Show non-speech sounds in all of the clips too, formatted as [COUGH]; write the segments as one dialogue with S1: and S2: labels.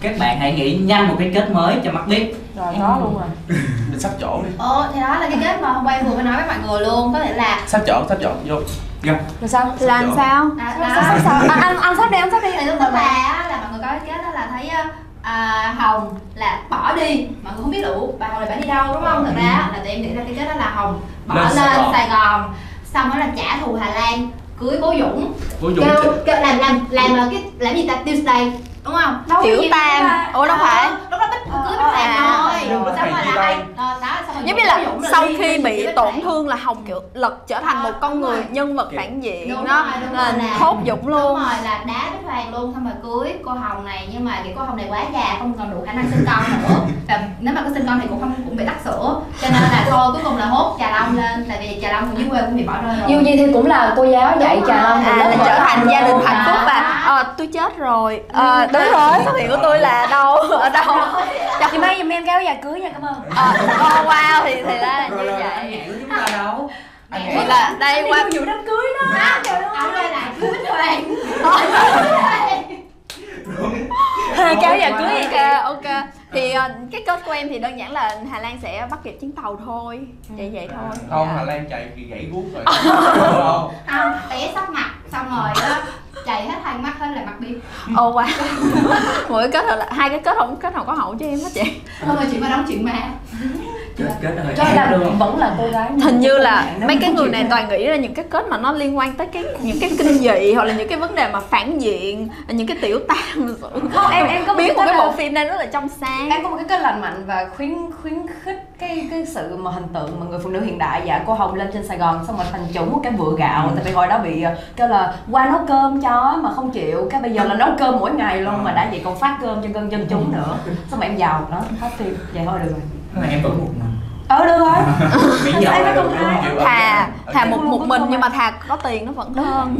S1: các bạn hãy nghĩ nhanh một cái kết mới cho mắt biết
S2: rồi có luôn rồi
S3: mình sắp chỗ đi
S4: Ồ, thì đó là cái kết mà hôm qua vừa mới nói với mọi người luôn Có thể là
S3: sắp chỗ sắp chỗ vô
S2: rồi sao
S5: làm
S3: Làm Dạ.
S5: sao Ờ.
S4: à,
S2: sao
S4: đó
S2: sao sao à, anh anh sắp đi anh sắp đi
S4: thì lúc đó là á, là mọi người có cái kết đó là thấy á, à, Hồng là bỏ đi Mọi người không biết là ủa, bà Hồng này bà đi đâu đúng không? Thật ra á, là tụi em nghĩ ra cái kết đó là Hồng bỏ
S3: Lên
S4: lên,
S3: Sài Gòn.
S4: Sài Gòn Xong đó là trả thù Hà Lan cưới bố Dũng
S3: vô dụng
S4: kêu, kêu làm làm làm ờ, cái làm gì ta Tuesday đúng không đâu
S5: Tiểu Tam. Ủa, đâu phải.
S4: lúc đó bích cưới bích
S2: Ờ,
S4: tàn
S5: à.
S4: rồi
S3: Nhưng
S4: xong
S3: mà
S4: rồi
S3: phải
S4: là
S3: chia
S4: ai
S3: tay.
S4: ờ, đó xong rồi
S5: giống
S4: Dũng-
S5: như
S4: Dũng
S5: là
S4: là
S5: sau
S4: đi-
S5: khi
S4: đi
S5: bị
S4: với Bích
S5: tổn
S4: Tàn.
S5: thương là hồng kiểu lật trở thành
S4: Ờ,
S5: một con
S4: đúng
S5: người
S4: rồi.
S5: nhân vật
S3: Kiểu-
S5: phản diện
S4: Đúng
S5: đó
S4: rồi, đúng
S5: là
S4: rồi nè.
S5: hốt dũng luôn
S4: đúng rồi là đá bích hoàng luôn xong rồi cưới cô hồng này nhưng mà cái cô hồng này quá già không còn đủ khả năng sinh con nữa
S5: [LAUGHS]
S4: và nếu mà có sinh con thì cũng không cũng bị tắc sữa cho nên là thôi cuối cùng là hốt trà long lên tại vì trà long người dưới quê cũng bị bỏ rơi rồi
S2: dù gì thì cũng là cô giáo dạy
S4: Đúng
S2: trà
S4: rồi.
S5: à
S2: long từ lớp
S5: là
S4: Đúng
S2: một
S5: trở
S4: rồi.
S5: thành gia đình
S4: Đúng
S5: hạnh phúc
S4: rồi.
S5: và ờ, tôi chết rồi Ờ, đúng rồi xuất hiện của tôi là đâu [LAUGHS] ở đâu
S2: Dạ, chị mấy giùm em cái áo dài cưới nha cảm ơn
S5: Ờ, oh, wow thì thì ra là
S1: rồi
S5: như
S1: rồi rồi, anh
S5: vậy
S1: nhãn của chúng ta đâu anh
S4: Nhãn.
S5: thì
S1: nhãn
S5: là đây
S2: Đi
S5: qua
S2: vô vụ đám cưới đó trời
S4: ông
S2: ơi
S4: đây là [LAUGHS] cưới bích hoàng
S5: Thề kéo giờ cưới ok ok thì ờ, cái kết của em thì đơn giản là Hà Lan sẽ bắt kịp chuyến tàu thôi vậy vậy thôi
S3: không
S5: Dạ.
S3: Hà Lan chạy thì gãy guốc rồi Đúng
S5: Ờ.
S3: không
S4: không té sắp mặt xong rồi đó chạy hết hai mắt hết là mặt biếng
S5: ô wow [LAUGHS] mỗi kết là hai cái kết không kết không có hậu cho em hết vậy
S4: không mà chị mà đóng chuyện ma
S1: kết kết ơi
S2: cho
S1: em
S2: [LAUGHS] là
S1: luôn
S2: vẫn là cô gái
S5: hình như là mấy cái người này toàn nghĩ ra những cái kết mà nó liên quan tới cái những cái kinh dị hoặc là những cái vấn đề mà phản diện những cái tiểu tam
S2: không em em có một
S5: biến một
S2: cái
S5: cái
S2: là-
S5: bộ phim này rất là trong sáng
S2: em có một cái kênh lành mạnh và khuyến khuyến khích cái cái sự mà hình tượng mà người phụ nữ hiện đại dạ cô hồng lên trên sài gòn xong rồi thành chủ một cái bựa gạo tại vì hồi đó bị ờ, kêu là qua nấu cơm cho mà không chịu cái bây giờ là nấu cơm mỗi ngày luôn mà đã vậy còn phát cơm cho dân dân chúng nữa xong rồi em giàu đó hết phim vậy thôi được rồi
S1: mà em vẫn một mình
S2: ờ được rồi
S1: miễn
S2: Em
S1: giàu
S2: có
S1: là được
S2: công
S1: đúng
S2: khai.
S1: không
S3: Kiểu ở-
S5: thà
S3: ở
S5: thà
S3: cái-
S5: một một mình nhưng mà thà có tiền nó vẫn hơn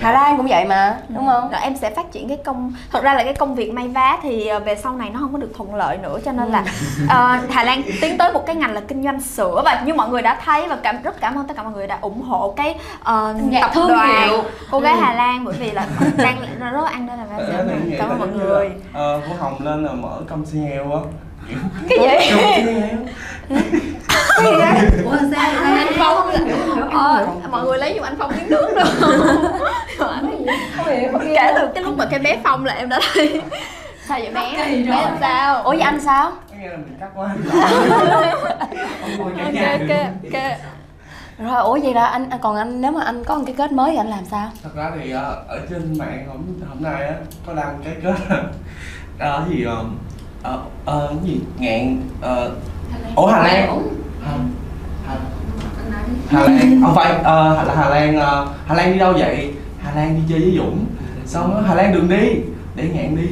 S2: hà lan cũng vậy mà đúng không
S5: rồi em sẽ phát triển cái công thật ra là cái công việc may vá thì ờ, về sau này nó không có được thuận lợi nữa cho nên là
S2: Ừ.
S5: ờ, Hà Lan tiến tới một cái ngành là kinh doanh sữa và như mọi người đã thấy và cảm rất cảm ơn tất cả mọi người đã ủng hộ cái ờ,
S2: Dạ,
S5: tập
S2: thương
S5: đoàn
S2: hiệu. Ừ.
S5: cô gái Hà Lan bởi vì là đang rất ăn nên là
S3: Ờ,
S5: phải
S3: thì nghĩ
S5: cảm ơn
S3: tới
S5: mọi
S3: như
S5: người
S3: là, ờ, của Hồng lên là mở công ty heo á
S5: cái gì
S3: Công ty heo
S4: ủa sao
S5: anh phong ờ, mọi người lấy giùm anh phong miếng nước được kể từ cái lúc mà cái bé phong là em đã thấy sao vậy bé
S4: Bất kỳ
S5: bé
S2: Dạ.
S4: rồi.
S5: làm sao ủa vậy anh sao
S3: Có nghe là mình cắt quá
S1: Ông ngồi cả nhà.
S5: ok ok ok
S2: rồi ủa vậy là anh còn anh nếu mà anh có một cái kết mới thì anh làm sao
S3: thật ra thì ờ, ở trên mạng hôm hôm nay á có đăng cái kết đó thì ờ, ờ, ờ, cái gì ngạn ờ, ủa Hà Lan Hà- Hà- Hà Lan không phải ờ, Hà- là Hà Lan ờ, Hà Lan đi đâu vậy Hà Lan đi chơi với Dũng xong á, Hà Lan đừng đi để ngạn đi